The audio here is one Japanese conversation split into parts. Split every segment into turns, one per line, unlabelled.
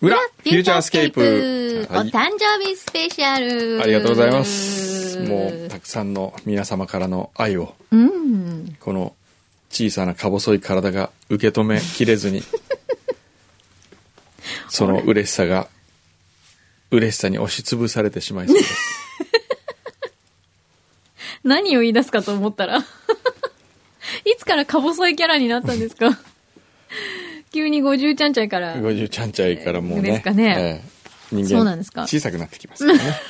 フューチャースケープ
フューチャースケープ
はい
お誕生日スペシャル。
ありがとうございます。もう、たくさんの皆様からの愛を、
う。うん。
この小さなか細い体が受け止めきれず に、その嬉しさが、嬉しさに押しつぶされてしまいそう です。
何を言い出すかと思ったら。 いつからか細いキャラになったんですか 急に五十ちゃんちゃいから。
五十ちゃんちゃいからもうね。
ですかね
ええ人間
そうなんですか
小さくなってきますから ね。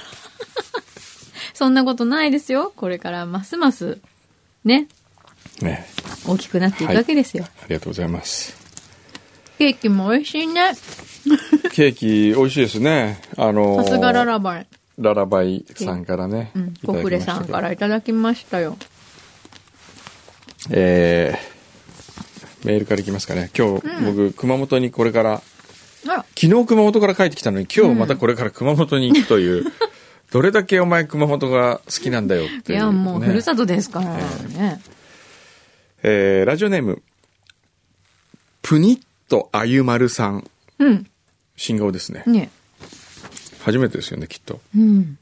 そんなことないですよ。これからますます、ね、
ね
大きくなっていくわけですよ。
ありがとうございます。
ケーキも美味しいね。
ケーキ美味しいですね。あのー
さすがララバイ。
ララバイさんからね。
うん、
いただきましたけど
コフレさんからいただきましたよ。
えーメールからいきますかね。今日、僕、熊本にこれから、
あら、
昨日熊本から帰ってきたのに、今日またこれから熊本に行くという、 どれだけお前熊本が好きなんだよって
い
いう、
や、もう、
ね
ふるさとですからね。
えーラジオネーム、ぷにっとあゆまるさん、
うん。
信号ですね。
ね。
初めてですよね、きっと。
うん。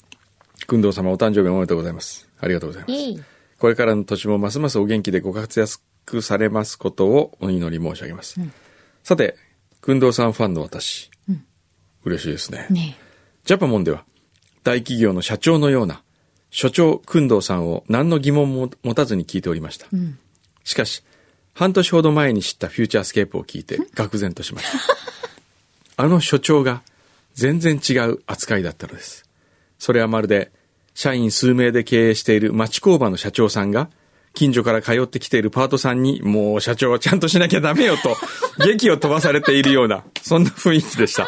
くんどう様お誕生日おめでとうございます。ありがとうございます。
いい。
これからの年もますますお元気でご活躍されますことをお祈り申し上げます。
ん
さて、くんどうさんファンの私、
うん
嬉しいですね。
ね
ジャパモンでは、大企業の社長のような、所長くんどうさんを何の疑問も持たずに聞いておりました。
ん
しかし、半年ほど前に知ったフューチャースケープを聞いて、愕然としました。 あの所長が全然違う扱いだったのです。それはまるで、社員数名で経営している町工場の社長さんが、近所から通ってきているパートさんに、もう社長はちゃんとしなきゃダメよと、劇を飛ばされているような、そんな雰囲気でした。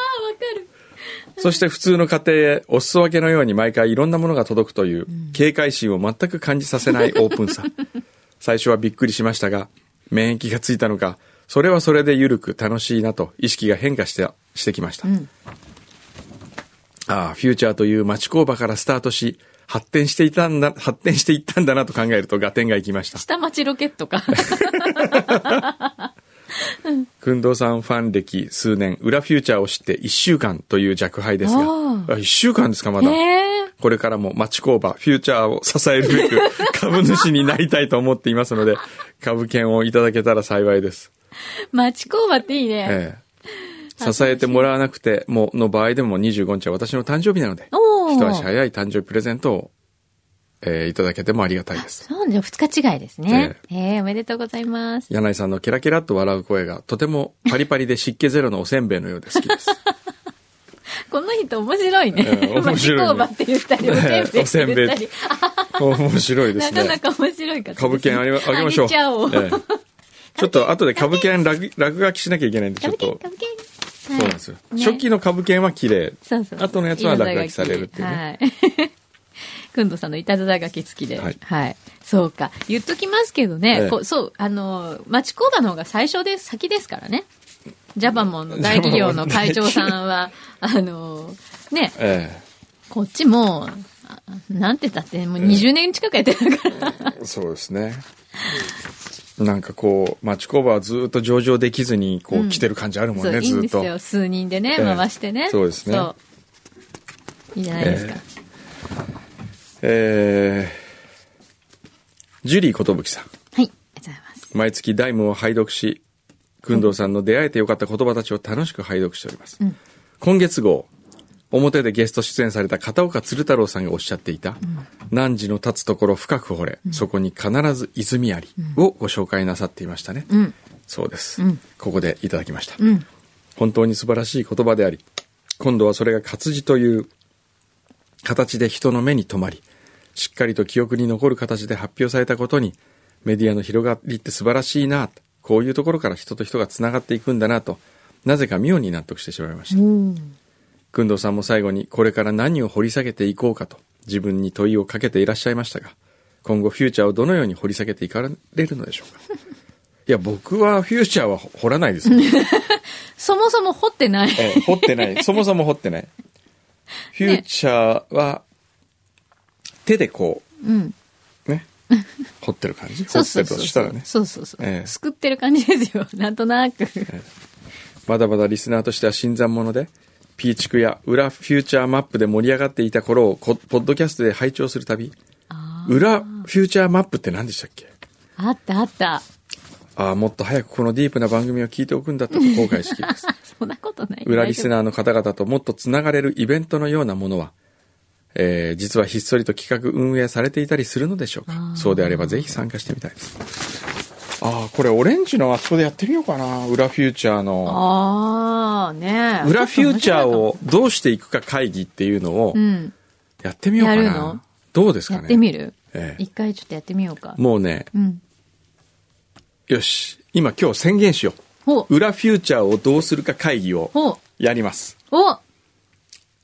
そして普通の家庭へお裾分けのように毎回いろんなものが届くという警戒心を全く感じさせないオープンさ。最初はびっくりしましたが、免疫がついたのか、それはそれで緩く楽しいなと意識が変化して、してきました。ああ、フューチャーという町工場からスタートし、発展していたんだ、発展していったんだなと考えると合点がいきました。
下町ロケットか。
くんどうさんファン歴数年、裏フューチャーを知って1週間という弱敗ですが、あ
あ
1週間ですか、まだ。
へえ。
これからも町工場、フューチャーを支えるべ く株主になりたいと思っていますので、株券をいただけたら幸いです。
町工場っていいね。
ええ、支えてもらわなくてもの場合でも25日は私の誕生日なので、
おー
一足早い誕生日プレゼントを、えーいただけてもありがたいです。
そうじゃ、二日違いですね。ええ、おめでとうございます。
柳井さんのケラケラっと笑う声がとてもパリパリで湿気ゼロのおせんべいのようで 好きです。
この人面白いね。
ええ面
町
白いね
工場って言ったり、おせんべいって言ったり。
面白いで
な
す
か
ね。
なか面白い方ですね。
株券あげまあげましょう。
あげちゃおう。
ええちょっと後で株券落落書きしなきゃいけないんで、ちょっ
株券、
と。
株券。
そうなんですよ。
ね
初期の株券は綺麗。
そうそうそう。
後のやつは落書きされるっていうね。
ね。はい。くんどさんのいたずら書き付きで。
は
はいい。そうか。言っときますけどね、
ええ
こうそう、あの、町工場の方が最初で、先ですからね。ジャパモンの大企業の会長さんは、あの、ね、
え
こっちも、あなんて言ったって、もう20年近くやってるから。
えそうですね。なんかこう、町工場はずっと上場できずに、こう、来てる感じあるも
そ
ん
う、
ね、
いいん
ず
で
っ
す
と。
よ。数人でね、
ええ
回してね。
そうですね
そういいじゃないですか。
えージュリー寿さん。
はい。ありがとうございます。
毎月ダイムを拝読し、くんどうさんの出会えてよかった言葉たちを楽しく拝読しております。
うん
今月号、表でゲスト出演された片岡鶴太郎さんがおっしゃっていた、汝の立つところ深く掘れ、そこに必ず泉ありをご紹介なさっていましたね。
うん。
そうです、
うん
ここでいただきました。
うん。
本当に素晴らしい言葉であり、今度はそれが活字という形で人の目に留まり、しっかりと記憶に残る形で発表されたことに、メディアの広がりって素晴らしいなと、こういうところから人と人がつながっていくんだなと、なぜか妙に納得してしまいました。
うん。
工藤さんも最後にこれから何を掘り下げていこうかと自分に問いをかけていらっしゃいましたが今後フューチャーをどのように掘り下げていかれるのでしょうかいや僕はフューチャーは掘らないですよ、
そもそも掘ってない。
ええ掘って ないそもそも掘ってないフューチャーは手でこ
うん。
うね掘ってる感じ掘
そう
って
そう
る
そ
と
う。
したらね
そうそうそう。
ええ
すくってる感じですよ。なんとなく。
まだまだリスナーとしては新参者で、ピーチクや裏フューチャーマップで盛り上がっていた頃をこポッドキャストで拝聴するたび
あー
裏フューチャーマップって何でしたっけ
あったあった。
ああもっと早くこのディープな番組を聞いておくんだったと後悔しています
そんなことない。
裏リス
ー。
ナーの方々ともっとつながれるイベントのようなものは、えー実はひっそりと企画運営されていたりするのでしょうか
あー
そうであればぜひ参加してみたいですああこれオレンジのあそこでやってみようかな裏フューチャーの
ああ、ねえ
裏フューチャー。をどうしていくか会議っていうのを
うん。
やってみようかな、
やるの
どうですか
や
ね
ってみる
ええ
一回ちょっとやってみようか。
もうね
うん。
よし今今日宣言しよ
ほ
う
う。
裏フューチャーをどうするか会議を
ほう。
やります
お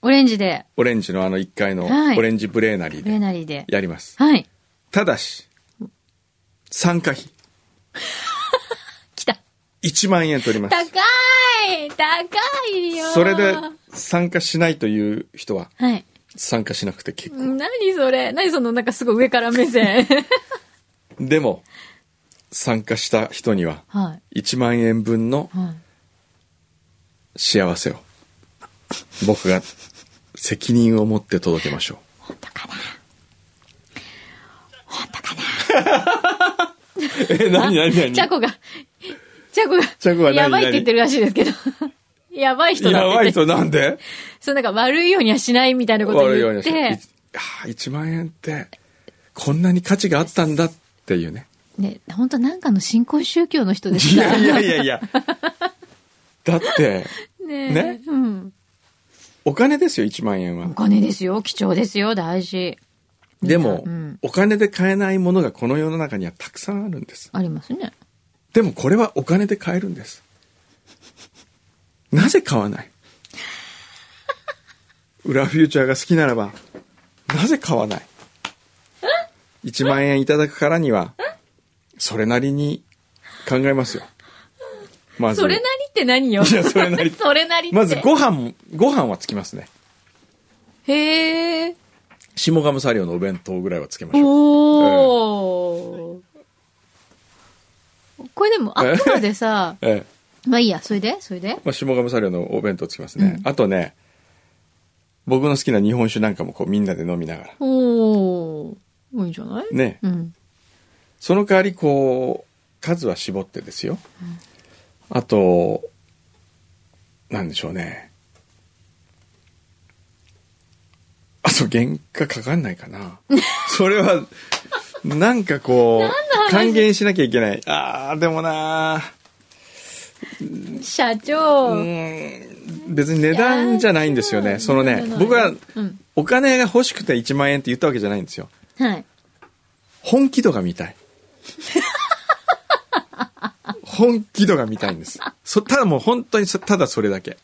オレンジで、
オレンジのあの1階の
はい
オレンジブレーナリー
レ
で
ナリーで。
やります、
はい。
ただし参加費
来た。
1万円取りま
高
す
い高いよ
それで参加しないという人は
はい。
参加しなくて結構
何それ何そのなんかすごい上から目 線。
でも参加した人には
は
1万円分の
い。はい。
幸せを僕が責任を持って届けましょう
本当かな本当かな
え、なになになに
チャコが、チャコが、
チャコが何
やばいって言ってるらしいですけど。やばい人だって
や
言って。
ばい人なんで
そうなんか悪いようにはしないみたいなことを
悪いよう
言っ
に
て、
1万円って、こんなに価値があったんだっていうね。
ね、本当なんかの新興宗教の人です
い
か
やいやいやいや。 だって、
ねえ
ね
うん。
お金ですよ、1万円は
お。金ですよ。貴重ですよ。大事。
でも、
うん
お金で買えないものがこの世の中にはたくさんあるんです。
ありますね。
でもこれはお金で買えるんです。なぜ買わ ない裏フューチャーが好きならば、なぜ買わない ?1 万円いただくからには、それなりに考えますよ。まず、
それなりって何よ。
いやそれなり
それなりって。
まずご飯も、ご飯はつきますね。
へえ。
下鴨サリオのお弁当ぐらいはつけましょう。、
おー。これでも、あくまでさ
ええ
まあいいや、それでそれで
まあ、下鴨サリオのお弁当つきますね。
うん
あとね、僕の好きな日本酒なんかもこうみんなで飲みながら。
おー。いいんじゃない
ね
うん。
その代わりこう数は絞ってですよ、あとなんでしょうねあと原価かかんないか なそれはなんかこう還元しなきゃいけないあーでもな
社
う
長。
ーん別に値段じゃないんですよ
い
ね
やー
その
値
ね
段じゃない
僕は
うん。
お金が欲しくて1万円って言ったわけじゃないんですよ
はい。
本気度が見たい。 本気度が見たいんです。そただもう本当にそただそれだけ、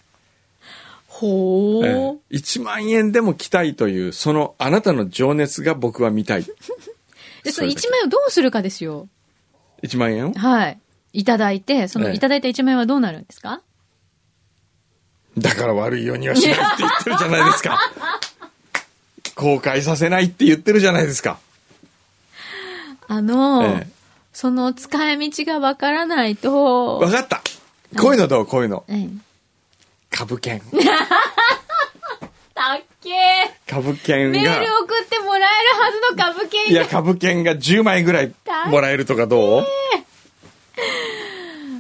ほ
え
ー。
え1万円でも来たいという、そのあなたの情熱が僕は見たい。
で、そ
そ
の
れだけ
1万円をどうするかですよ。
1万円を
はい。いただいて、その
ええ
いただいた1万円はどうなるんですか
だから悪いようにはしないって言ってるじゃない ですか。後悔させないって言ってるじゃないですか。
あの
ええ
ー、その使い道がわからないと、
わかったこういうのどうこういうの。
うん。
株券。
たっけー
株券
メー
が。
ル送ってもらえるはずの株券
いや、株券が10枚ぐらいもらえるとかどう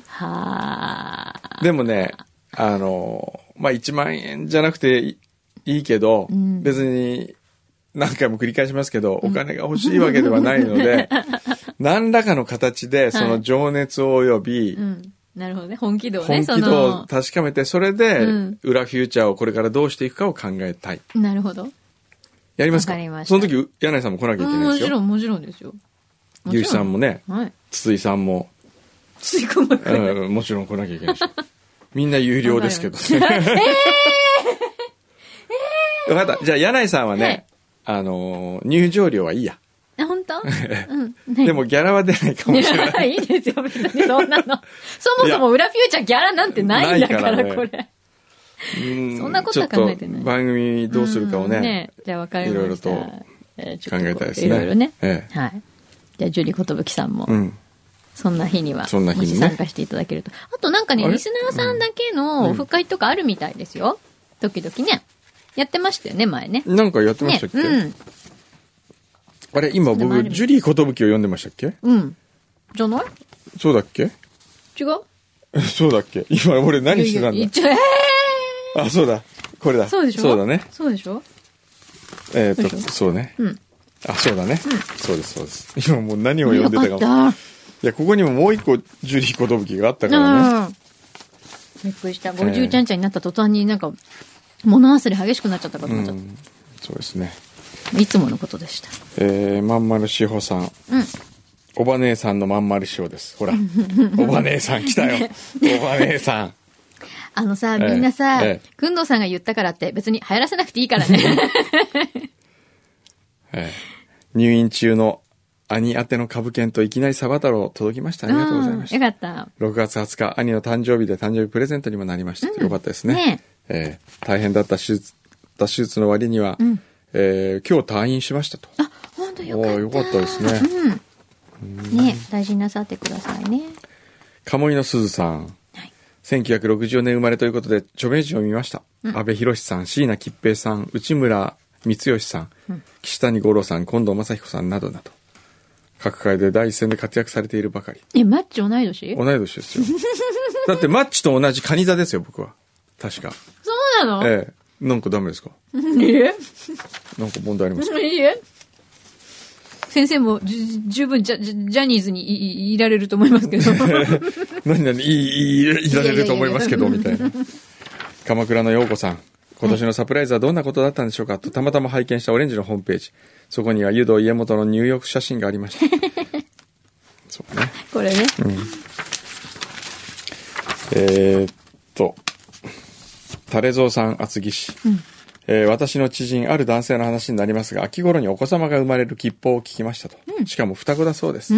はあ。
でもね、あの、まあ、1万円じゃなくていいいけど、
ん
別に何回も繰り返しますけど、お金が欲しいわけではないの で、何らかの形でその情熱を及び、
うん。なるほどね。本気度をね、
本
そ
気度を
の。
確かめて、それで
うん、
裏フューチャーをこれからどうしていくかを考えたい。
なるほど。
やりますか
わかりました
その時、柳井さんも来なきゃいけない
も
で
ち
すよ。
ろん、もちろんですよ。もちろん
牛さんもね、
はい。
筒井さんも、
つい こまくん。
うんもちろん来なきゃいけないで しょ。みんな有料ですけどね。分かった。じゃあ、柳井さんはね、あのー、入場料はいいや。
え本当うん。ね
でも、ギャラは出ないかもしれない。
いいですよ、別にそ んなの。そもそも裏フューチャーギャラなんてないんだから、
ないからね
これ。
う
そんなことは考えてな
ち
い
ょっと番組どうするかをね、
んじゃあ分かりました。
いろいろと
えーちょ
考
っと
えたいですね。
いろいろね。
ええ
はい。じゃあ、ジュリー寿さんも、
うん。
そんな日には、
そんな日にね
もし参加していただけると。あとなんかね、
あれ
リスナーさんだけのオフ会とかあるみたいですよ。時々ね。やってましたよね、前ね。
なんかやってまし
ね
たっ。け、
うん。
あれ、今
でもあ
僕、
る
ジュリー寿を読んでましたっけ
うん。じゃない
そうだっけ
違う
そうだっけ今俺何してたん
いやいや
だ
一応え
あ、そうだ。これだ。
ーそうでしょ
そうだね。。
そうでしょ
えー、
そう
と、
でしょ
そうね。
うん。
あ、そうだね。そうです、そうです。今もう何を読
よ
んでたかも。
かっ
いや、ここにももう一個、ジュリー寿があったからね。
た。うん。びっくりした。50ちゃんちゃんになった途端になんか、物忘れ激しくなっちゃったかと
う
思っちゃっ
ん。そうですね。
た。いつものことでした。
えー、まんまるしほさん。
うん。
おば姉さんのまんまるしほです。ほら。おば姉さん来た よ。おば姉さん。
あのさ、
ええ
みんなさ
ええ、
くんどうさんが言ったからって別に流行らせなくていいからね。
えー入院中の兄宛ての株券といきなりサバ太郎届きま した。ありがとうございました
んよ。かった。
6月20日兄の誕生日で誕生日プレゼントにもなりました、よかったですね
ね
えー大変だった手術だ手術の割には、
ん
えー今日退院しましたと
あ、本当よかっ
お
た。
ーよかったですね
うん。ね大事になさってくださいね。
鴨居のすずさん、
はい
1964年生まれということで著名人を見ました、安倍博さん椎名桔平さん内村光義さん、岸谷五郎さん近藤正彦さんなどなど各界で第一線で活躍されているばかり
え、マッチ同い年
同い年ですよだってマッチと同じカニ座ですよ僕は確か
そうなのえ
ええなんかダメですか
え
なんか問題ありますか
いいえ。先生もじゅ十分ジャジャジャニーズにいいいられると思いますけど。
何々いい、いい、いられると思いますけど、
いや
みたいな。鎌倉の陽子さん。今年のサプライズはどんなことだったんでしょう かとたまたま拝見したオレンジのホームページ。そこには湯道家元の入浴写真がありました。 そうね。
これね。
えーっと、タレゾウさん厚木市。えー私の知人、ある男性の話になりますが、秋頃にお子様が生まれる吉報を聞きましたと。しかも双子だそうです。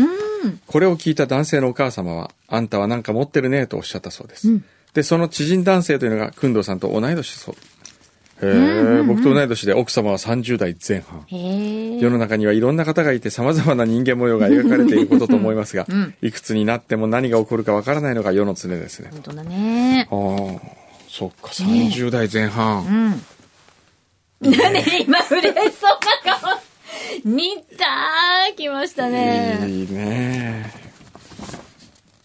これを聞いた男性のお母様は、あんたはなんか持ってるね、とおっしゃったそうです。で、その知人男性というのが、工藤さんと同い年そう。へえ、僕と同い年で奥様は30代前半。
へえ。
世の中にはいろんな方がいて様々な人間模様が描かれていることと思います が、いくつになっても何が起こるかわからないのが世の常ですね。
本当だね。
ああ、そっか、30代前半。
うん。何今嬉しそうな顔。似たー来ましたね。
いいね。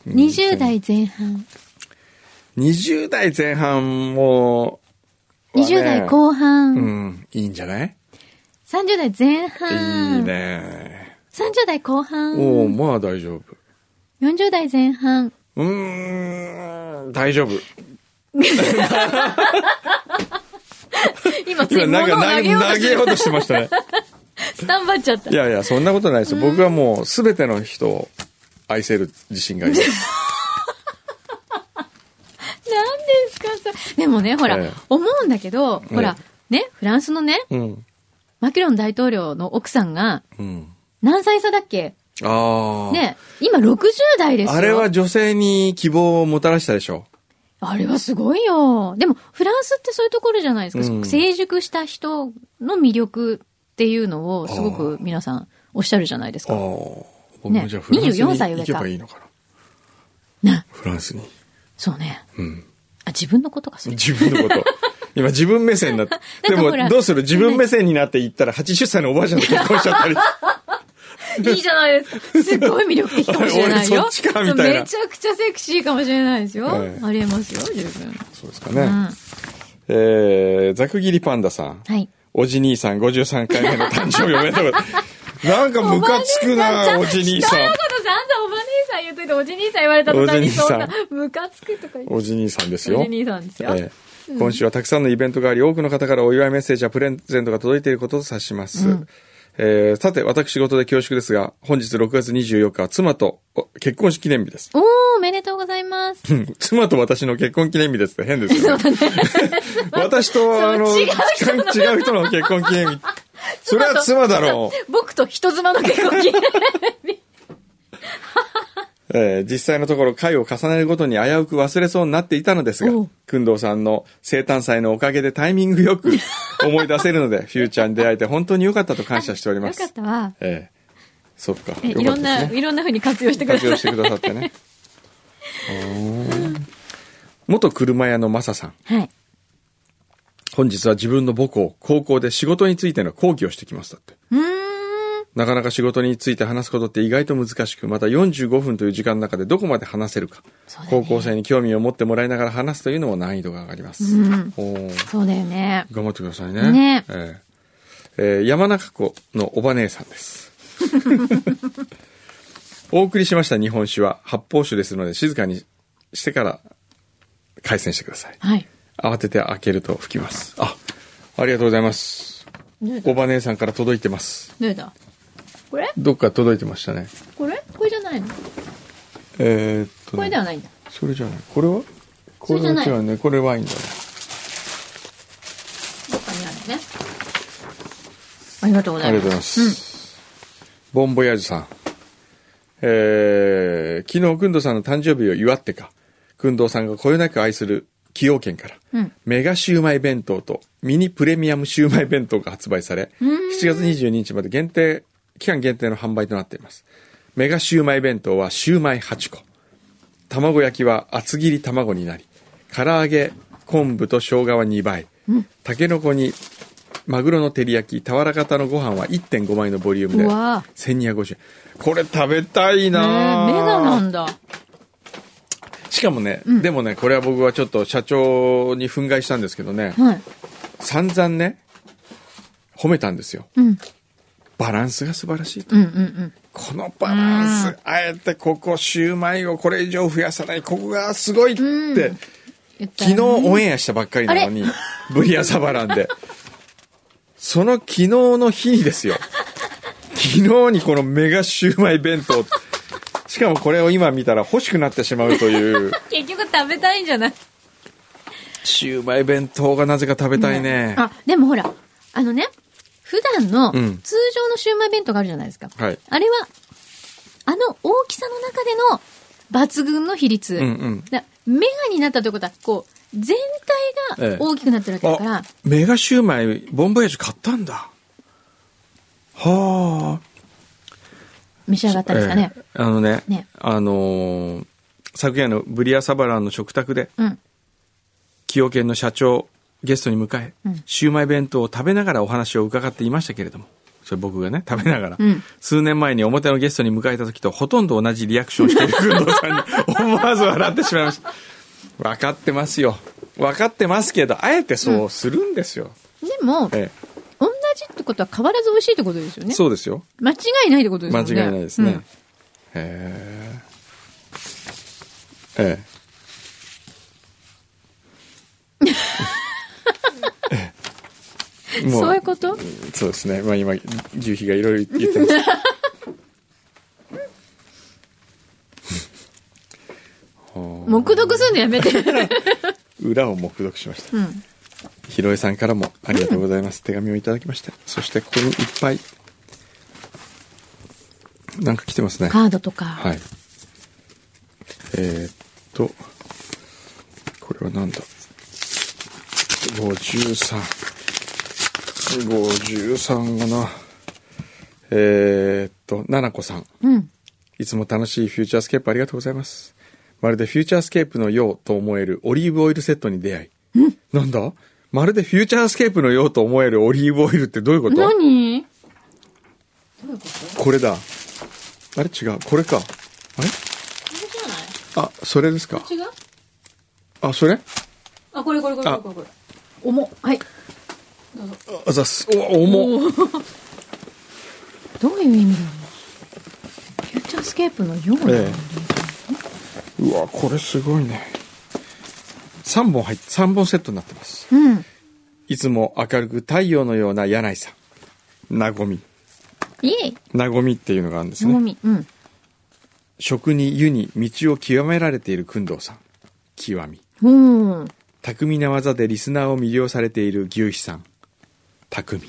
20代前半。
20代前半も、はね
20代後
う
半。
ん、いいんじゃない
30代前
いい
半。
ね。
30代後
おお
半。
まあ大丈夫。
40代前半。
うーん、大丈夫。
今、つい
今
物
な
を
んか
投
投
げ
げよ
ようとして
うとしてましたね。
スタンバっちゃった
い。やいや、そんなことないですよ。僕はもう全ての人を愛せる自信があります。
なんですかそれ。でもね、ほら、
ええ
思うんだけど、ほら
え、
ね、フランスのね、
うん。
マキロン大統領の奥さんが、
うん。
何歳差だっけ
ああ。
ね、今60代ですよ。
あれは、女性に希望をもたらしたでしょ。
あれはすごいよ。でも、フランスってそういうところじゃないですか。
うん
成熟した人の魅力っていうのを、すごく皆さんおっしゃるじゃないです
ああ
か。。
僕もじゃあフランスに
24歳
行
上
け
か
ばいいのかな。
な、
フランスに。
そうね。
うん。
あ、自分のことか、それ。
自分の こと。今自分目線になって。で
なんかほ
も
ら
どうする自分目線になって行ったら80歳のおばあちゃんと結婚しちゃったり。
いいじゃないですか。すっごい魅力的かもしれない
俺そ
よ。
っちかみたいな
めちゃくちゃセクシーかもしれないですよ。
ええ
ありえますよ、十分。
そうですか
う
ね。
ん。
えー、ざく切りパンダさん。
はい。
おじ兄さん53回目の誕生日おめでとうございま す。なんかムカつくな、おじ兄さ
人の
ん
こ。と散々おば兄さん言っといて、おじ兄さん言われた途端にそん
お
な
じ、
ムカつくとか言って。
おじ兄さんです
お
よ
じ。兄さんですよ。
ええ今週はたくさんのイベントがあり、多くの方からお祝いメッセージやプレゼントが届いていることを指します。えーさて、私事で恐縮ですが、本日6月24日は妻とお結婚式記念日です。
おー、おめでとうございます。
うん妻と私の結婚記念日ですって変ですよ、ね。 私
そ
と、
の
あの、
違う人の
違う人の結婚記念日。それは妻だろう。
僕と人妻の 結婚記念日。
えー実際のところ回を重ねるごとに危うく忘れそうになっていたのですが
おう、
くんどうさんの生誕祭のおかげでタイミングよく思い出せる ので、フューチャーに出会えて本当に良かったと感謝しておりま
よ
す。
かったわ。
ええそっか。
えい
よか
ろ
っ
ん
たです
な、
ね
いろんな風に活用してくだ
活
さ
用
い
し。てくださってね。おー元車屋のマサさん。
はい。
本日は自分の母校、高校で仕事についての講義をしてきます。だって。
うーん。
なかなか仕事について話すことって意外と難しく、また45分という時間の中でどこまで話せるか、
そうだね
高校生に興味を持ってもらいながら話すというのも難易度が上がります。
うん
おー
そうだよね。
頑張ってくださいね。
ね
えええー山中湖のおば姉さん です。お送りしました日本酒は発泡酒ですので静かにしてから開栓してください。
はい。
慌てて開けると吹きます。あ、ありがとうございます。
どれだ
おば姉さんから届いてます。
どれだこれ
どっか届いてましたね。
これこれじゃないの
えーっとね、
これではないんだ。
それじゃない。これはこ
それ
れ
じ
は
ゃない
違うね。これワインだね。
どっかにあるね。ありがとうござ
あ
い
りがとうご
ま
ざい
す。
ます。ボンボヤージュさん。えー、昨日、くんどさんの誕生日を祝ってか、くんどさんがこよなく愛する崎陽軒から、
うん
メガシウマイ弁当とミニプレミアムシウマイ弁当が発売され、7月22日まで限定、期間限定の販売となっています。メガシウマイ弁当はシウマイ8個。卵焼きは厚切り卵になり唐揚げ昆布と生姜は2倍、たけのこにマグロの照り焼き俵型のご飯は1.5倍のボリュームで
うわ
1250円これ食べたい
ねえ
なあ
メガなんだ。
しかもね、でもねこれは僕はちょっと社長に憤慨したんですけどね、
はい。
散々ね褒めたんですよ
うん。
バランスが素晴らしいと
うんうんうん。
このバランスあえてここシューマイをこれ以上増やさないここがすごいって、
うん言った
昨
よ
日オンエアしたばっかりなのに、ブリアサバランで。その昨日の日にですよ。昨日にこのメガシューマイ弁当。しかもこれを今見たら欲しくなってしまうという、
結局食べたいんじゃない
シューマイ弁当がなぜか食べたいね。
あ、でもほら、あのね、普段の
うん
通常のシウマイ弁当があるじゃないですか。
はい。
あれは、あの大きさの中での抜群の比率。
うんうん
だメガになったということは、こう、全体が大きくなってるわけだから、
あ、メガシューマイ、ボンボヤージュ買ったんだ。はあ。
召し上がったんですかね。
ええあのね、
ね
あのー昨夜のブリアサバランの食卓で、
うん。
崎陽軒の社長をゲストに迎え、
うん
シューマイ弁当を食べながらお話を伺っていましたけれどもそれ僕がね食べながら、
うん
数年前に表のゲストに迎えた時とほとんど同じリアクションをしている工藤さんに思わず笑ってしまいました分かってますよ分かってますけどあえてそうするんですよ、
でも、
え
同じってことは変わらず美味しいってことですよ
え、
ね。
そうですよ
間違いないってことです
間
よね。
違いないですね、
うん
へえええええも
そういうこと
そうですね。まあ今、牛皮がいろいろ言って ます。
黙読すんのやめて。
裏を目読しました。
うん。
ひろえさんからもありがとうござい ます。手紙をいただきました。そしてここにいっぱい、なんか来てますね。
カードとか。
はい。えーっと、これはなんだ ?53。53がな。えーっと、ななこさん。
うん。
いつも楽しいフューチャースケープありがとうございます。まるでフューチャースケープのようと思えるオリーブオイルセットに出会い。なんだまるでフューチャースケープのようと思えるオリーブオイルってどういうこと
何
これだ。あれ違う。これか。あれ
これじ
あ、それですか。
ゃない違う
あ、それ
あ、これこれこれこれこれこれ。重っ。はい。
あざっす。お、重っ。
どういう意味なのフューチャースケープのようなの、
ええ。うわ、これすごいね。3本入って、3本セットになってます。
うん。
いつも明るく太陽のような柳井さん。なごみ。
イエイ
なごみっていうのがあるんです
のも
ね。
み。うん。
食に湯に道を極められている工藤さん。極み。
うん。
巧みな技でリスナーを魅了されている牛皮さん。匠。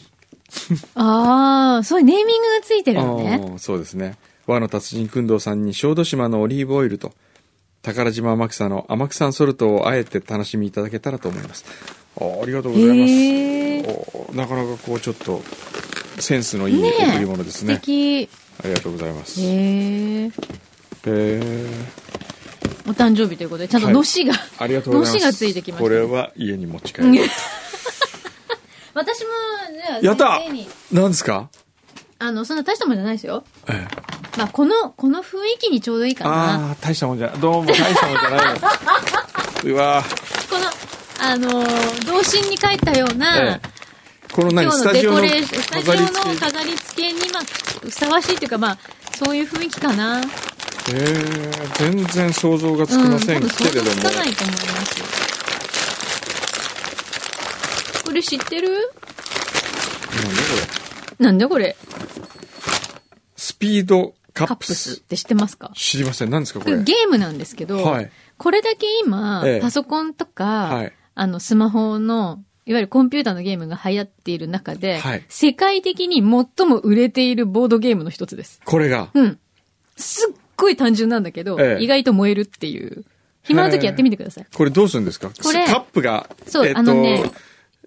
ああ、そういうネーミングがついてるのね。
ああそうですね和の達人工藤さんに小豆島のオリーブオイルと宝島天草の天草ソルトをあえて楽しみいただけたらと思いますああありがとうございます、
へえ。
おなかなかこうちょっとセンスのいい
ね
贈り物
え。
です
素
ね
敵。
ありがとうございますへ
へえ。
え
お誕生日ということで、ちゃんとのしが、
ありがとうございます
のしがついてきましたね
これは家に持ち帰る
あ、じゃ
や
あ、
った
先生に。
何ですか
あの、そんな大したもんじゃないですよ。
ええ
まあ、この、この雰囲気にちょうどいいかな。
ああー、大したもんじゃない。どうも大したもんじゃ ないよ。うわー
この、あのー童心に帰ったような、
ええこの何、
今
ス
日の
タ
デ
ジオ
コ
の
レーション、スタジ
飾り付
オの
け。
飾り付けに、まあ、ふさわしいというか、まあ、そういう雰囲気かな。
えー、全然想像がつきませ
うんん、多分
けれど
想
も
像。つかないと思います。これ知ってる
なんだこれ
なんだこれ
スピードカ
カ
ッ
ッ
プス
プスっ。て知ってますか
知りません。何ですかこ
これ
れ。
ゲームなんですけど、
はい
これだけ今、
ええ
パソコンとか、
はい
あの、スマホの、いわゆるコンピューターのゲームが流行っている中で、
はい
世界的に最も売れているボードゲームの一つです。
これが。
うん。すっごい単純なんだけど、
ええ
意外と燃えるっていう。暇な時やってみてください。
これどうするんですか
これ
カップが、
そう
えっ
あ
と、
のね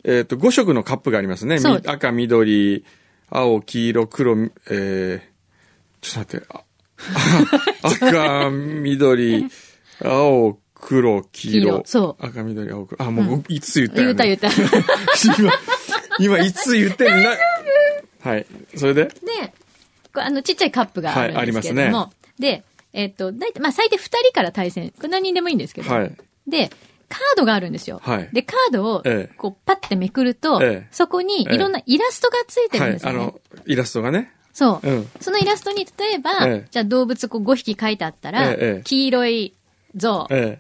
えっと、5色のカップがありますね。み
そう
赤、緑、青、黄色、黒、みえー、ちょっと待って、 あ赤、緑、青、黒、黄
黄
色
色。そう
赤、緑、青、黒。あ、もう5つ言った
言
よ、
うた言
ね
うた。で、
今、今5つ言ってんな。はい。それで
こうあの、ちっちゃいカップがあるんですけれども、
はいあ
で、えっと、大体、まあ、最低2人から対戦。これ何人でもいいんですけど、
はい。
で、カードがあるんですよ。
はい
で、カードを
ええ、
こう、パッてめくると、
ええ
そこにいろんなイラストがついてる
は
ん
い
で。す
あ
よ、ね
の、イラストがね。
そう、
うん
そのイラストに、例えば、
ええ
じゃあ動物こう5匹書いてあったら、
ええ
黄色い象、
え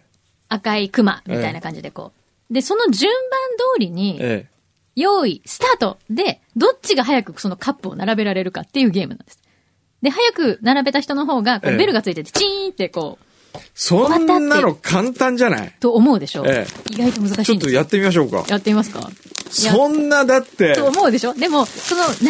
赤い熊、みたいな感じでこう。で、その順番通り
え。
に、
え
用意、スタートで、どっちが早くそのカップを並べられるかっていうゲームなんです。で、早く並べた人の方が、こ
ええ
う、ベルがついてて、チーンってこう、
え。そんなの簡単じゃない
と思うでしょう、
え
意外と難しいんです
ちょっ
よ
とやってみましょうか。
やってみますか
そんなだって、
と思うでしょでも、その並べ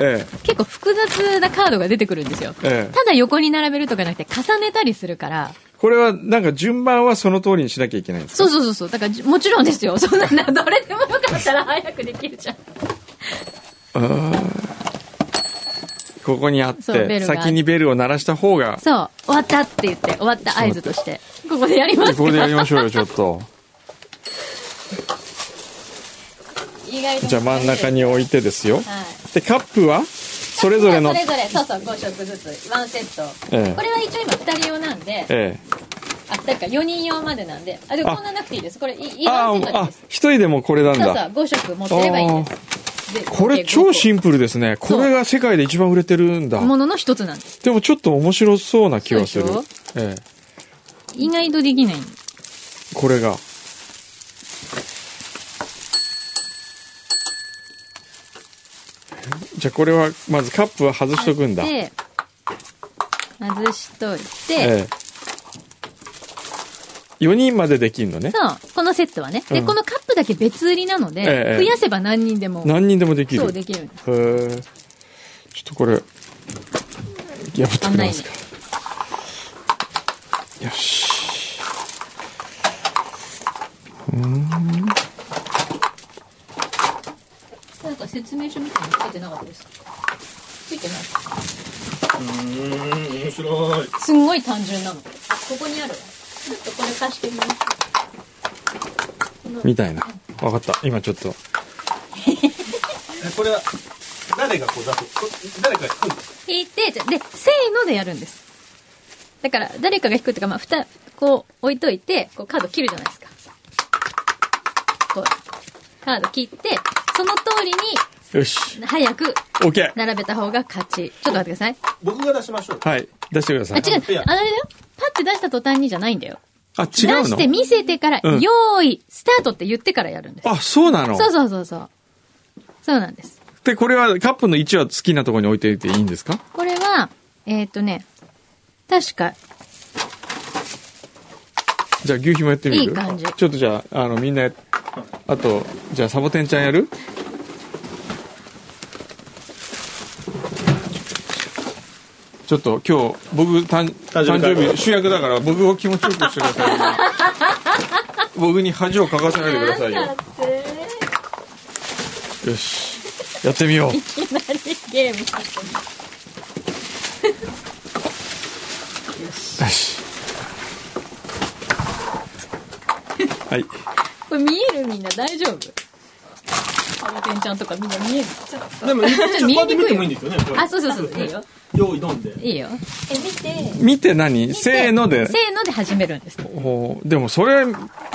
方
え
が、結構複雑なカードが出てくるんですよ。
ええ
ただ横に並べるとかじゃなくて、重ねたりするから、
これはなんか順番はその通りにしなきゃいけないんですか
そうそうそうそう、だからじ、もちろんですよ。そんな、どれでもよかったら早くできるじゃん。
あーここにあっ
そうベ
て、
ルが
先にベルを鳴らした方が、
そう、終わったって言って、終わった合図として、ここでやります
こ
か
れでやりましょうよ、ちょっと。
意外と
じゃあ真ん中に置いてですよ。
はい。
で、カップは、それぞれの、
それぞれ、そうそう、5色ずつ、ワンセット。
ええ
これは一応今2人用なんで、
え
あ、だから4人用までなんで、あ、でもこんななくていいです。これ、いい
え。あ
ワンセッ
ー
ト
あ
で、す。
一人でもこれなん
そうそう、
だ。
5色持ってればいいんです。で
これ超シ
ン
ンプルですね。これが世界で一番売れてるんだ。
ものの一つなんです。
でもちょっと面白そうな気がする
そうで。
ええ。
意外とできない。
これが。じゃあこれは、まずカップは外しとくんだ。え
で、外しといて、
え。4人までできんのね。
そう、このセットはね。で、
うん
このカップだけ別売りなので、
ええ
増やせば何人でも、
何人でもできる。
そ
へ
う
え。
できる。
ちょっとこれ、破って
案
み
内
ま
に
すか。。よし。
なんか説明書みたいにつけてなかったですかついてない。
面白い。
すんごい単純なの。ここにあるわ。ちょっとこれ貸してみます。
みたいな。わかった。今ちょっと。
えこれは誰がこう出す？こ誰かが引くんですか。
引いて、じゃで、せーのでやるんです。だから、誰かが引くっていうか、まあ、ふた、こう置いといて、こうカード切るじゃないですか。こう、カード切って、その通りに、
よし。
早く
OK!
並べた方が勝ち。ちょっと待ってください。
僕が出しましょう。
はい。出してくださ
あ、
い。
違う。ああれだよ。パッて出した途端にじゃないんだよ。
あ、違うの
出して見せてから、
うん
用意、スタートって言ってからやるんです。
あ、そうなの
そうそうそうそう。そうなんです。
で、これはカップの位置は好きなところに置いていていいんですか
これは、えーっ、とね、確 か、
じゃあ、牛皮もやってみる
いい感じ
ちょっとじゃあ、あの、みんなや、あと、じゃあ、サボテンちゃんやるちょっと今日、僕、誕誕
誕生日会
生日、主役だから、僕を気持ちよくしてくだ さい。僕に恥をかかせないでくださいよ。
なんだって、
よし。やってみよう。
いきなりゲームして
よ
る
し。はい。
これ見えるみんな大丈夫サボテンちゃんとかみんな見える。ちょっ
でも、 一応
見
こ
え
うやって
に
見
く
て
い
もいいん
よ。
ですよね。
あ、そうそうそう。いいよ。
う。用意どんで。
いいよ。
え、見て。
見て何せーので
せ。ーので始めるんです。
おーでもそれ、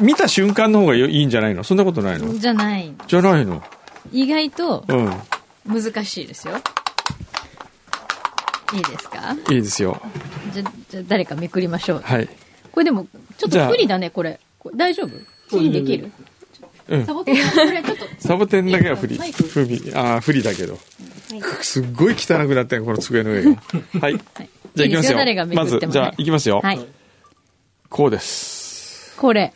見た瞬間の方がよいいんじゃないのそんなことないの
じゃない。
じゃないの
意外と
うん。
難しいですよ。いいですか
いいですよ。
じゃ、じゃあ誰かめくりましょう。
はい。
これでも、ちょっ
じゃあ
と不利だね、これ。これ大丈夫チンできる
うん
サボテン、これちょっと。
サボテンだけは不利。
マイク
不利。ああ、不利だけど。すっごい汚くなってんこの机の上 が。はい。じゃあ行きますよ。
誰がめ
ま
く
ず
って、も、
じ
ね。
ゃあ行きますよ。
はい。
こうです。
これ。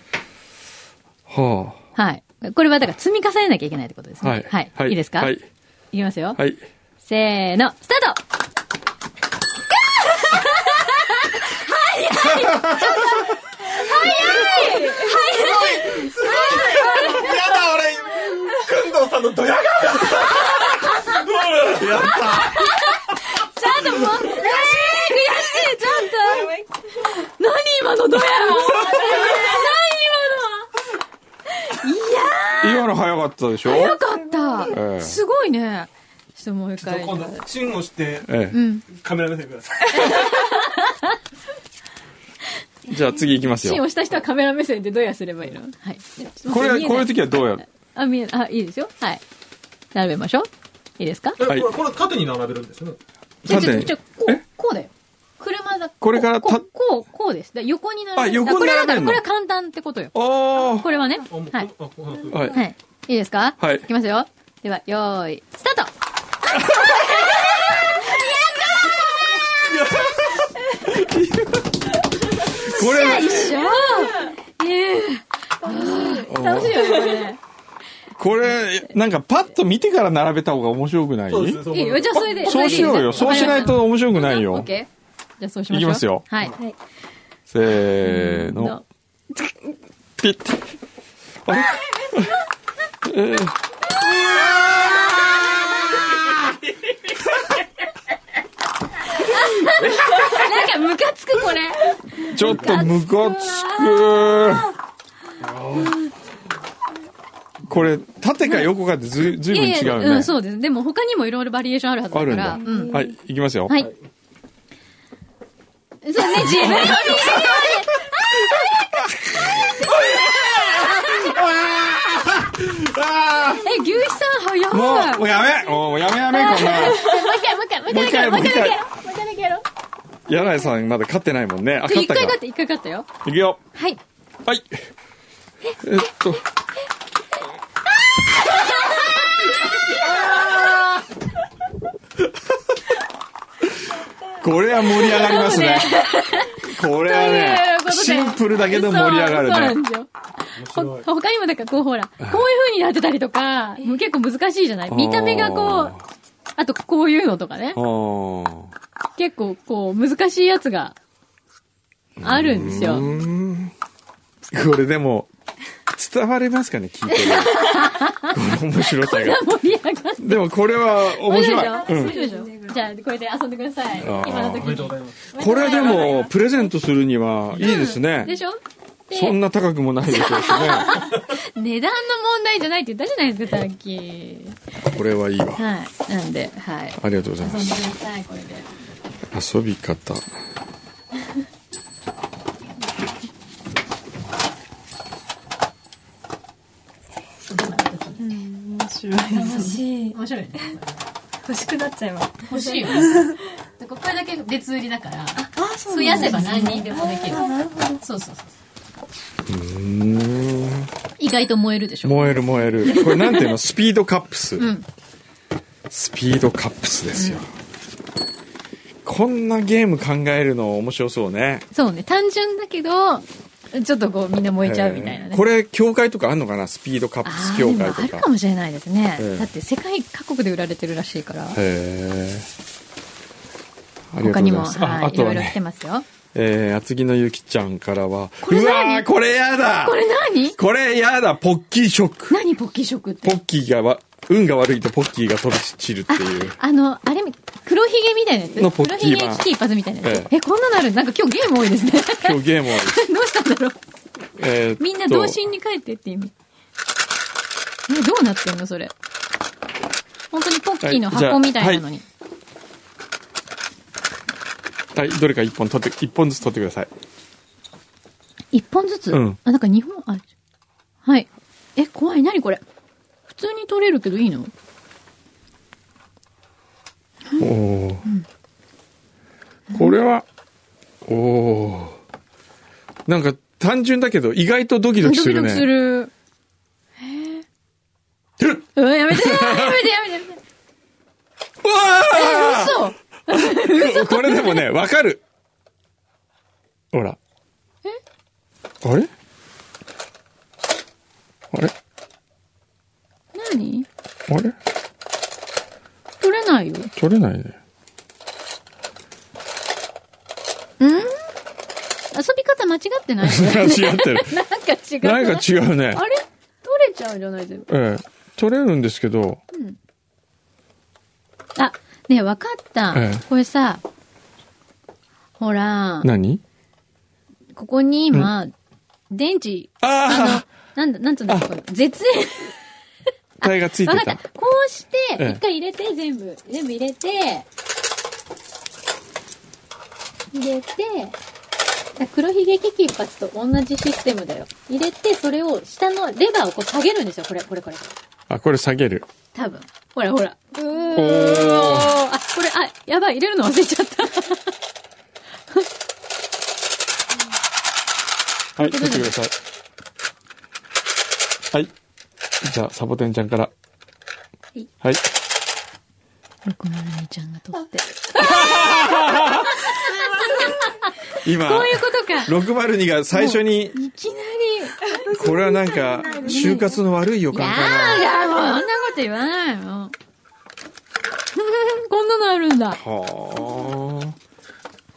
は
はい。これはだから積み重ねなきゃいけないってことです
あ。
ね。
はい。
はい。い、いですか。
はいい。
きますよ。
はい。
せーの、スタート
やだ、俺、くんどうさんのドヤ顔
やった
ちゃんともう、えー、悔しいちゃんと何今のどや何
今の早かったでしょ
今のよかっ
ええ
たすごいね。ちょっともう一回。
今度、チンをして、
え
うん。
カメラ目線ください。
え。じゃあ次行きます
シーン
よ
を。した人はカメラ目線でどやすればいいのはい。
これ、こういう
時。
時はどうやる
あ、見えない、あ、いいですよ。はい。並べましょう。いいですか
はい
えこれ、これ縦に並べるんですよね。
じゃあ、ちょっ
縦
と、
に
ちょ、こう、こうだよ。車だ。
これから
こ
た
う、こう、こうです。だから横に並べる
あ横に並べるの
だからこれはだからこれは簡単ってことよ。
あ
これはね
あ、もう。
は
あ
い。
こうなってる
あ。はい。
はい。いいですか
はい
いきますよ。では、よーい、スタート
これ、
一緒ええ楽しいよね、これね。
これ、なんかパッと見てから並べた方が面白くない
そうですね、そう
いいよ、じゃあそれで。
そうしようよ。そうしないと面白く
な
ない
オ
よ
ッ。ケー。じゃあそうしましょう。
いきますよ
はい。
はい。
せーの
の。
ピッて。あれえー
なんかムカつく、これ。
ちょっとムカつく。これ、縦か横かってずずいぶん違う
う
ね
ん、。そうです。でも他にもいろいろバリエーションあるはず
あ
だ
る
か
ん
ら。
だ
う。ん。
はい、いきますよ。
はい。そうね、自分の
あ
え、牛肥さん早い。
ー
もう
もう、もうやめもうやめやめ、 こんな。
一回、もう一回、もう一回、もう一回、もう一回、もう一回だけやろう。
柳井さんまだ勝ってないもんね。あ、
じゃ
勝っ
あ一
た
回
か
勝っ。て、一回勝ったよ。
いくよ。
はい。
はい。えっと。 これは盛り上がりますね。これはね
ということ、で
シンプルだけど盛り上
そうそう
が
な
る
ん
ね。
ですよ。
白
ほ他にもなんかこうほら、こういう風になってたりとか、もう結構難しいじゃない見た目がこう、あとこういうのとかね
あ。ー
結構こう難しいやつがあるんですよ。
うーんこれでも、伝われますかね、聞いてる。この面白さが。
盛り上がる。
でもこれは面白い。うん
面白いでしょ面白いでしょじゃあこれで遊んでください。
あー
今の時
おめでと
に
うご。ざいます。
これでも、プレゼントするにはいいですね。
でしょで
そんな高くもないでしょうしね。
値段の問題じゃないって言ったじゃないですか、さっき。
これはいいわ。
はい。なんで、はい。
ありがとうござい
遊
ま
ん
す
で。ください、これで。
遊び方。
楽しい。
面白いね。
欲しくなっちゃいます。
欲し いよ。これだけ別売りだから、
あ、そ
増やせば何人でもできる。そうそうそう。意外と燃えるでしょ。
燃える燃える。これなんていうのスピードカップス。
ん
スピードカップスですよ。こんなゲーム考えるの面白そうね。
そうね、単純だけど、ちょっとこうみんな燃えちゃうみたいな
えー
ね。
これ、協会とかあんのかなスピードカップ
あ
ス
ーで
協
も
会
ある
と
か
か。
もしれないですね、
ええ
だって世界各国で売られてるらしいから、
へーありがと
他
うござい
にも、
ます。
はい、
ああ
い
と
ろ
はい
ろ来て
ね、
ますよ。
えー、厚木のゆきちゃんからは、
これ
う
何
わーこれやだ
これ何
これやだ、ポッキーショック。
何ポッキー色って
ポ。ッキーがわ、運が悪いとポッキーが飛び散るって いう。
あの、あれ、黒ひげみたいなやつ
のポッキー版
黒ひげ危機一発みたいなやつ。
え
え、こんなのあるなんか今日ゲーム多いですね。
今日ゲームは、
どうしたんだろう
えーっと
みんな童心に帰ってって意味。え、どうなってんのそれ。本当にポッキーの箱みたいなのに。
はい、どれか一本取って、一本ずつ取ってください。
一本ずつ、
うん
あ、なんか日本、あ、はい。え、怖い。何これ。普通に取れるけどいいの
おおー、これは、おおー。なんか単純だけど、意外とドキド
ド
キす
キ
る
ドキ
ね。
する。
うっ
うん、やめて、やめて、やめて、やめて。
うわ
嘘
ーこれでも ね、わかる。ほら。あれあれ
何
あれ
取れないよ。
取れないね。
遊び方間違って ない
違ってる。
なんか違う。
なんか違うね。
あれ取れちゃうんじゃない全部。
ええ。取れるんですけど、
あ、ねえ、わかった、
ええ
これさ、ほら、
何
ここに今、電池、
あ
あの、なんだ、なんつうんだっけこれ絶
あ体がつ
縁。
い
わ
て。
かったた。こうし
ええ
て、一回入れて、全部。全部入れて、入れて、だ黒ひげ危機一髪と同じシステムだよ。入れて、それを、下のレバーをこう下げるんですよ。これ、これ、これ。
あ、これ下げる。
多分。ほらほら。うー
おー
あ、これ、あ、やばい、入れるの忘れちゃった。
はい、取ってください。はい。じゃあ、サボテンちゃんから。
い
はい。
602ちゃんが取って。
今、
こういうことか。
602が最初に、
いきな
これはなんか、就活の悪い予
り。いや
感か
ー、もう、そんなこと言わないの。 こんなのあるんだ。
な。はあ。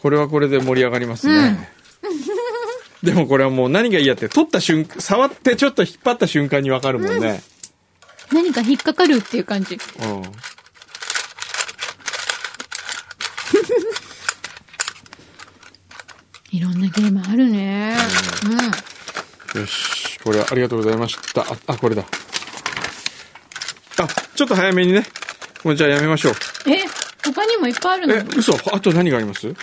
これはこれで盛り上がりますね。でもこれはもう何が嫌って、取った瞬間、触ってちょっと引っ張った瞬間にわかるもんね。
何か引っかかるっていう感じ。
うん。
いろんなゲームあるね。うん。
よし、これはありがとうございました。あ、あこれだ。あ、ちょっと早めにね。もうじゃあやめましょう。
え、他にもいっぱいあるの
え、嘘あと何があります
こ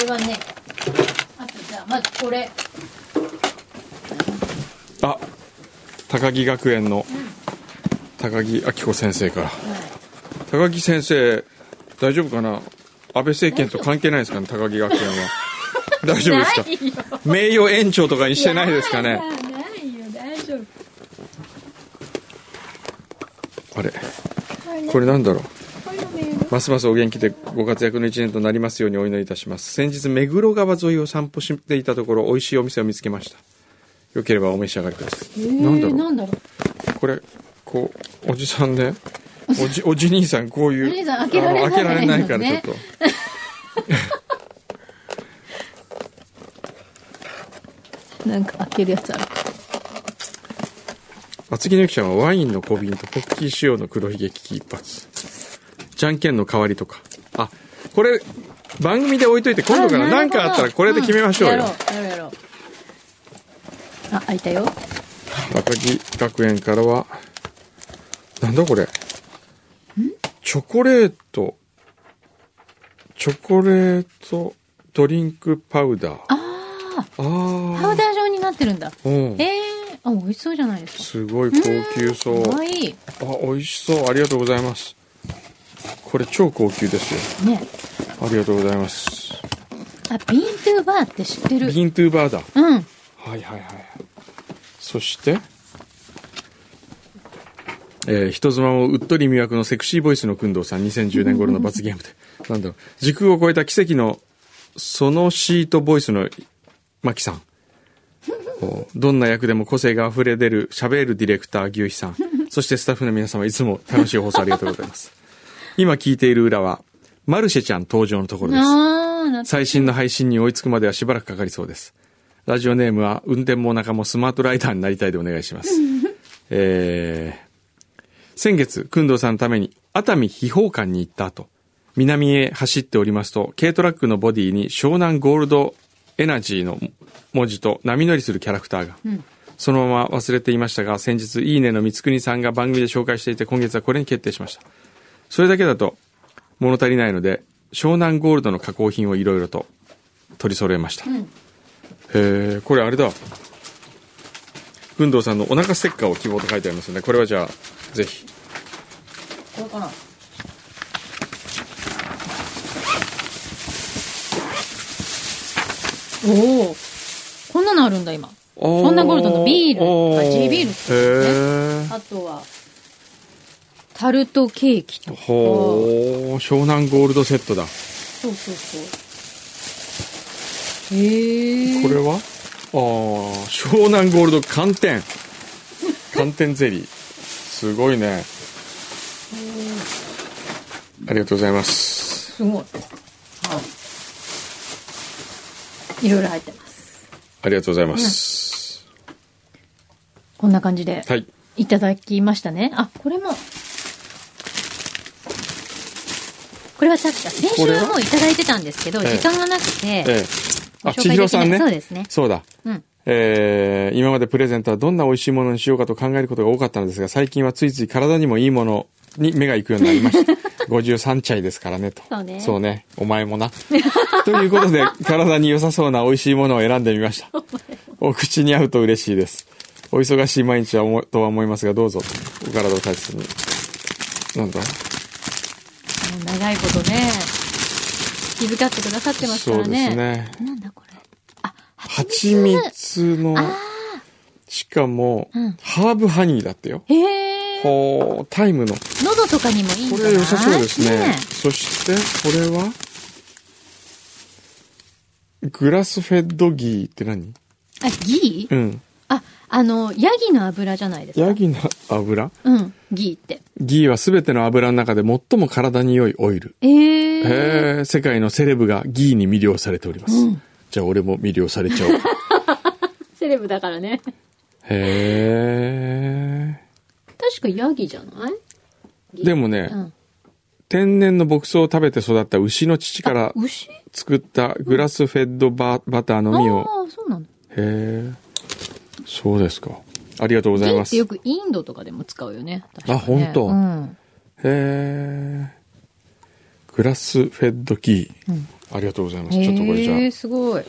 れはね。あとじゃあ、まずこれ。
あ、高木学園の高木明子先生から。高木先生、大丈夫かな安倍政権と関係ないですかね高木学園は。大丈夫ですか
ないよ。
名誉園長とかにしてないですかね
ないよ、大丈夫。
あれこれなんだろうますますお元気でご活躍の一年となりますようにお祈りいたします先日目黒川沿いを散歩していたところ美味しいお店を見つけましたよければお召し上がりください、なんだろう
なんだろう。
これこうおじさんねお じおじ兄さんこういう
おじさん開けられない
あの開けられないからちょっ
ね
と、
なんか開けるやつある。
厚木のゆきちゃんはワインの小瓶とポッキー仕様の黒ひげ危機一発じゃんけんの代わりとかあこれ番組で置いといて今度から何かあったらこれで決めましょうよ、
んやろう、やろう、やろう。あ、開いたよ。
高木学園からは、なんだこれ。チョコレート、チョコレートドリンクパウダー。あ
あ
あ
あ、パウ
ー。
ダー状になってるんだ。
うん
え。えー、あ、美味しそうじゃないです
すごい高級そう。
か。
あ
かわいい。、
美味しそう。ありがとうございます。これ超高級ですよ。
ね。
ありがとうございます。
あ、ビーントゥーバーって知ってる。
ビーントゥーバーだ。
うん。
はいはいはい。そして、えー人妻をうっとり魅惑のセクシーボイスの工藤さん、2010年頃の罰ゲームで、 なんだろう、時空を超えた奇跡の、そのシートボイスの、マキさん。こうどんな役でも個性が溢れ出る、喋るディレクター、牛肥さん。そしてスタッフの皆様、いつも楽しい放送ありがとうございます。今聞いている裏は、マルシェちゃん登場のところです。
ああ、な
最新の配信に追いつくまではしばらくかかりそうです。ラジオネームは、運転もお腹もスマートライダーになりたいでお願いし ます。えー、先月、くんどうさんのために、熱海秘宝館に行った後、南へ走っておりますと、軽トラックのボディに湘南ゴールドエナジーの文字と波乗りするキャラクターが。そのまま忘れていましたが、先日、いいねの三國さんが番組で紹介していて、今月はこれに決定しました。それだけだと物足りないので、湘南ゴールドの加工品をいろいろと取り揃えました。へえ、これあれだ。軍藤さんのお腹ステッカーを希望と書いてありますので、これはじゃあ、ぜひ。
これかな
おおこんなのあるんだ今
そ
そんなゴールドのビールあ G ビールってこと
へ
あとは
タルトケーキと
え。ほう、湘南ゴールドセットだ。
そうそうそう
へえ
これはああ、湘南ゴールド寒天。寒天ゼリー。すごいね。ありがとうございます。
すごいはいいろいろ入ってます
ありがとうございます。
こんな感じで
はい。
いただきましたね、あこれもこれは確か先週
これは
はもういただいてたんですけど
ええ
時間がなくて、
ええ。
ご
あ、
紹介
千尋さん
で
ね。
きないそうですね
そうだ。
うん
えー今までプレゼントはどんな美味しいものにしようかと考えることが多かったのですが、最近はついつい体にもいいものに目が行くようになりました。53歳 ですからね、と。
そうね
お前もな。 ということで、体に良さそうな美味しいものを選んでみました。お口に合うと嬉しいです。お忙しい毎日は思うとは思いますが、どうぞ、お体を大切に。なんだ
もう長いことね気遣ってくださってますか
そう
ら
で
ね
すね。
なんだこれあ
蜂蜜の、しかも、
うん
ハーブハニーだってよ。
へえ
ほー、タイムの。
喉とかにもいいんじ
こ
ゃない
れ良さそうですね。
ね
そして、これはグラスフェッドギーって何
あギー
うん。
ああのヤギの油じゃないですか
ヤギの油
うんギーって
ギーは全ての油の中で最も体に良いオイル。
えー、
へー世界のセレブがギーに魅了されております。じゃあ俺も魅了されち ゃおう。
セレブだからね
へ
確かヤギじゃない
ーでもね、
うん
天然の牧草を食べて育った牛の乳から
牛
作ったグラスフェッドババターのみを。
ああそうなの
へえ。そうですか。ありがとうござい
銀
ま
っ
す。
てよ
へ
くインドとかでも使うよね。確か
あ
ね
本当
うん。
え。グラスフェッドキー。ありがとうございます。ちょっとこれじゃあ。
へえすごい。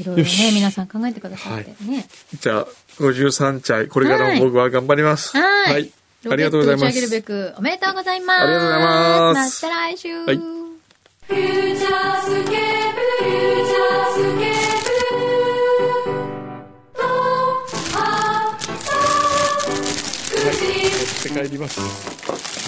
いろいろ
よ
ね
し、
皆さん考えてくださってね。
じゃあ、53歳、これ
からも僕
は頑張ります
はい。
ありがとうござい
ロ
ま
ケット打ち上げるべ
す。
く、おめでとうございます。
ありがとうございます
また来週。
はい
フューチャースケープフューチャースケープルと朝9時
持って帰ります。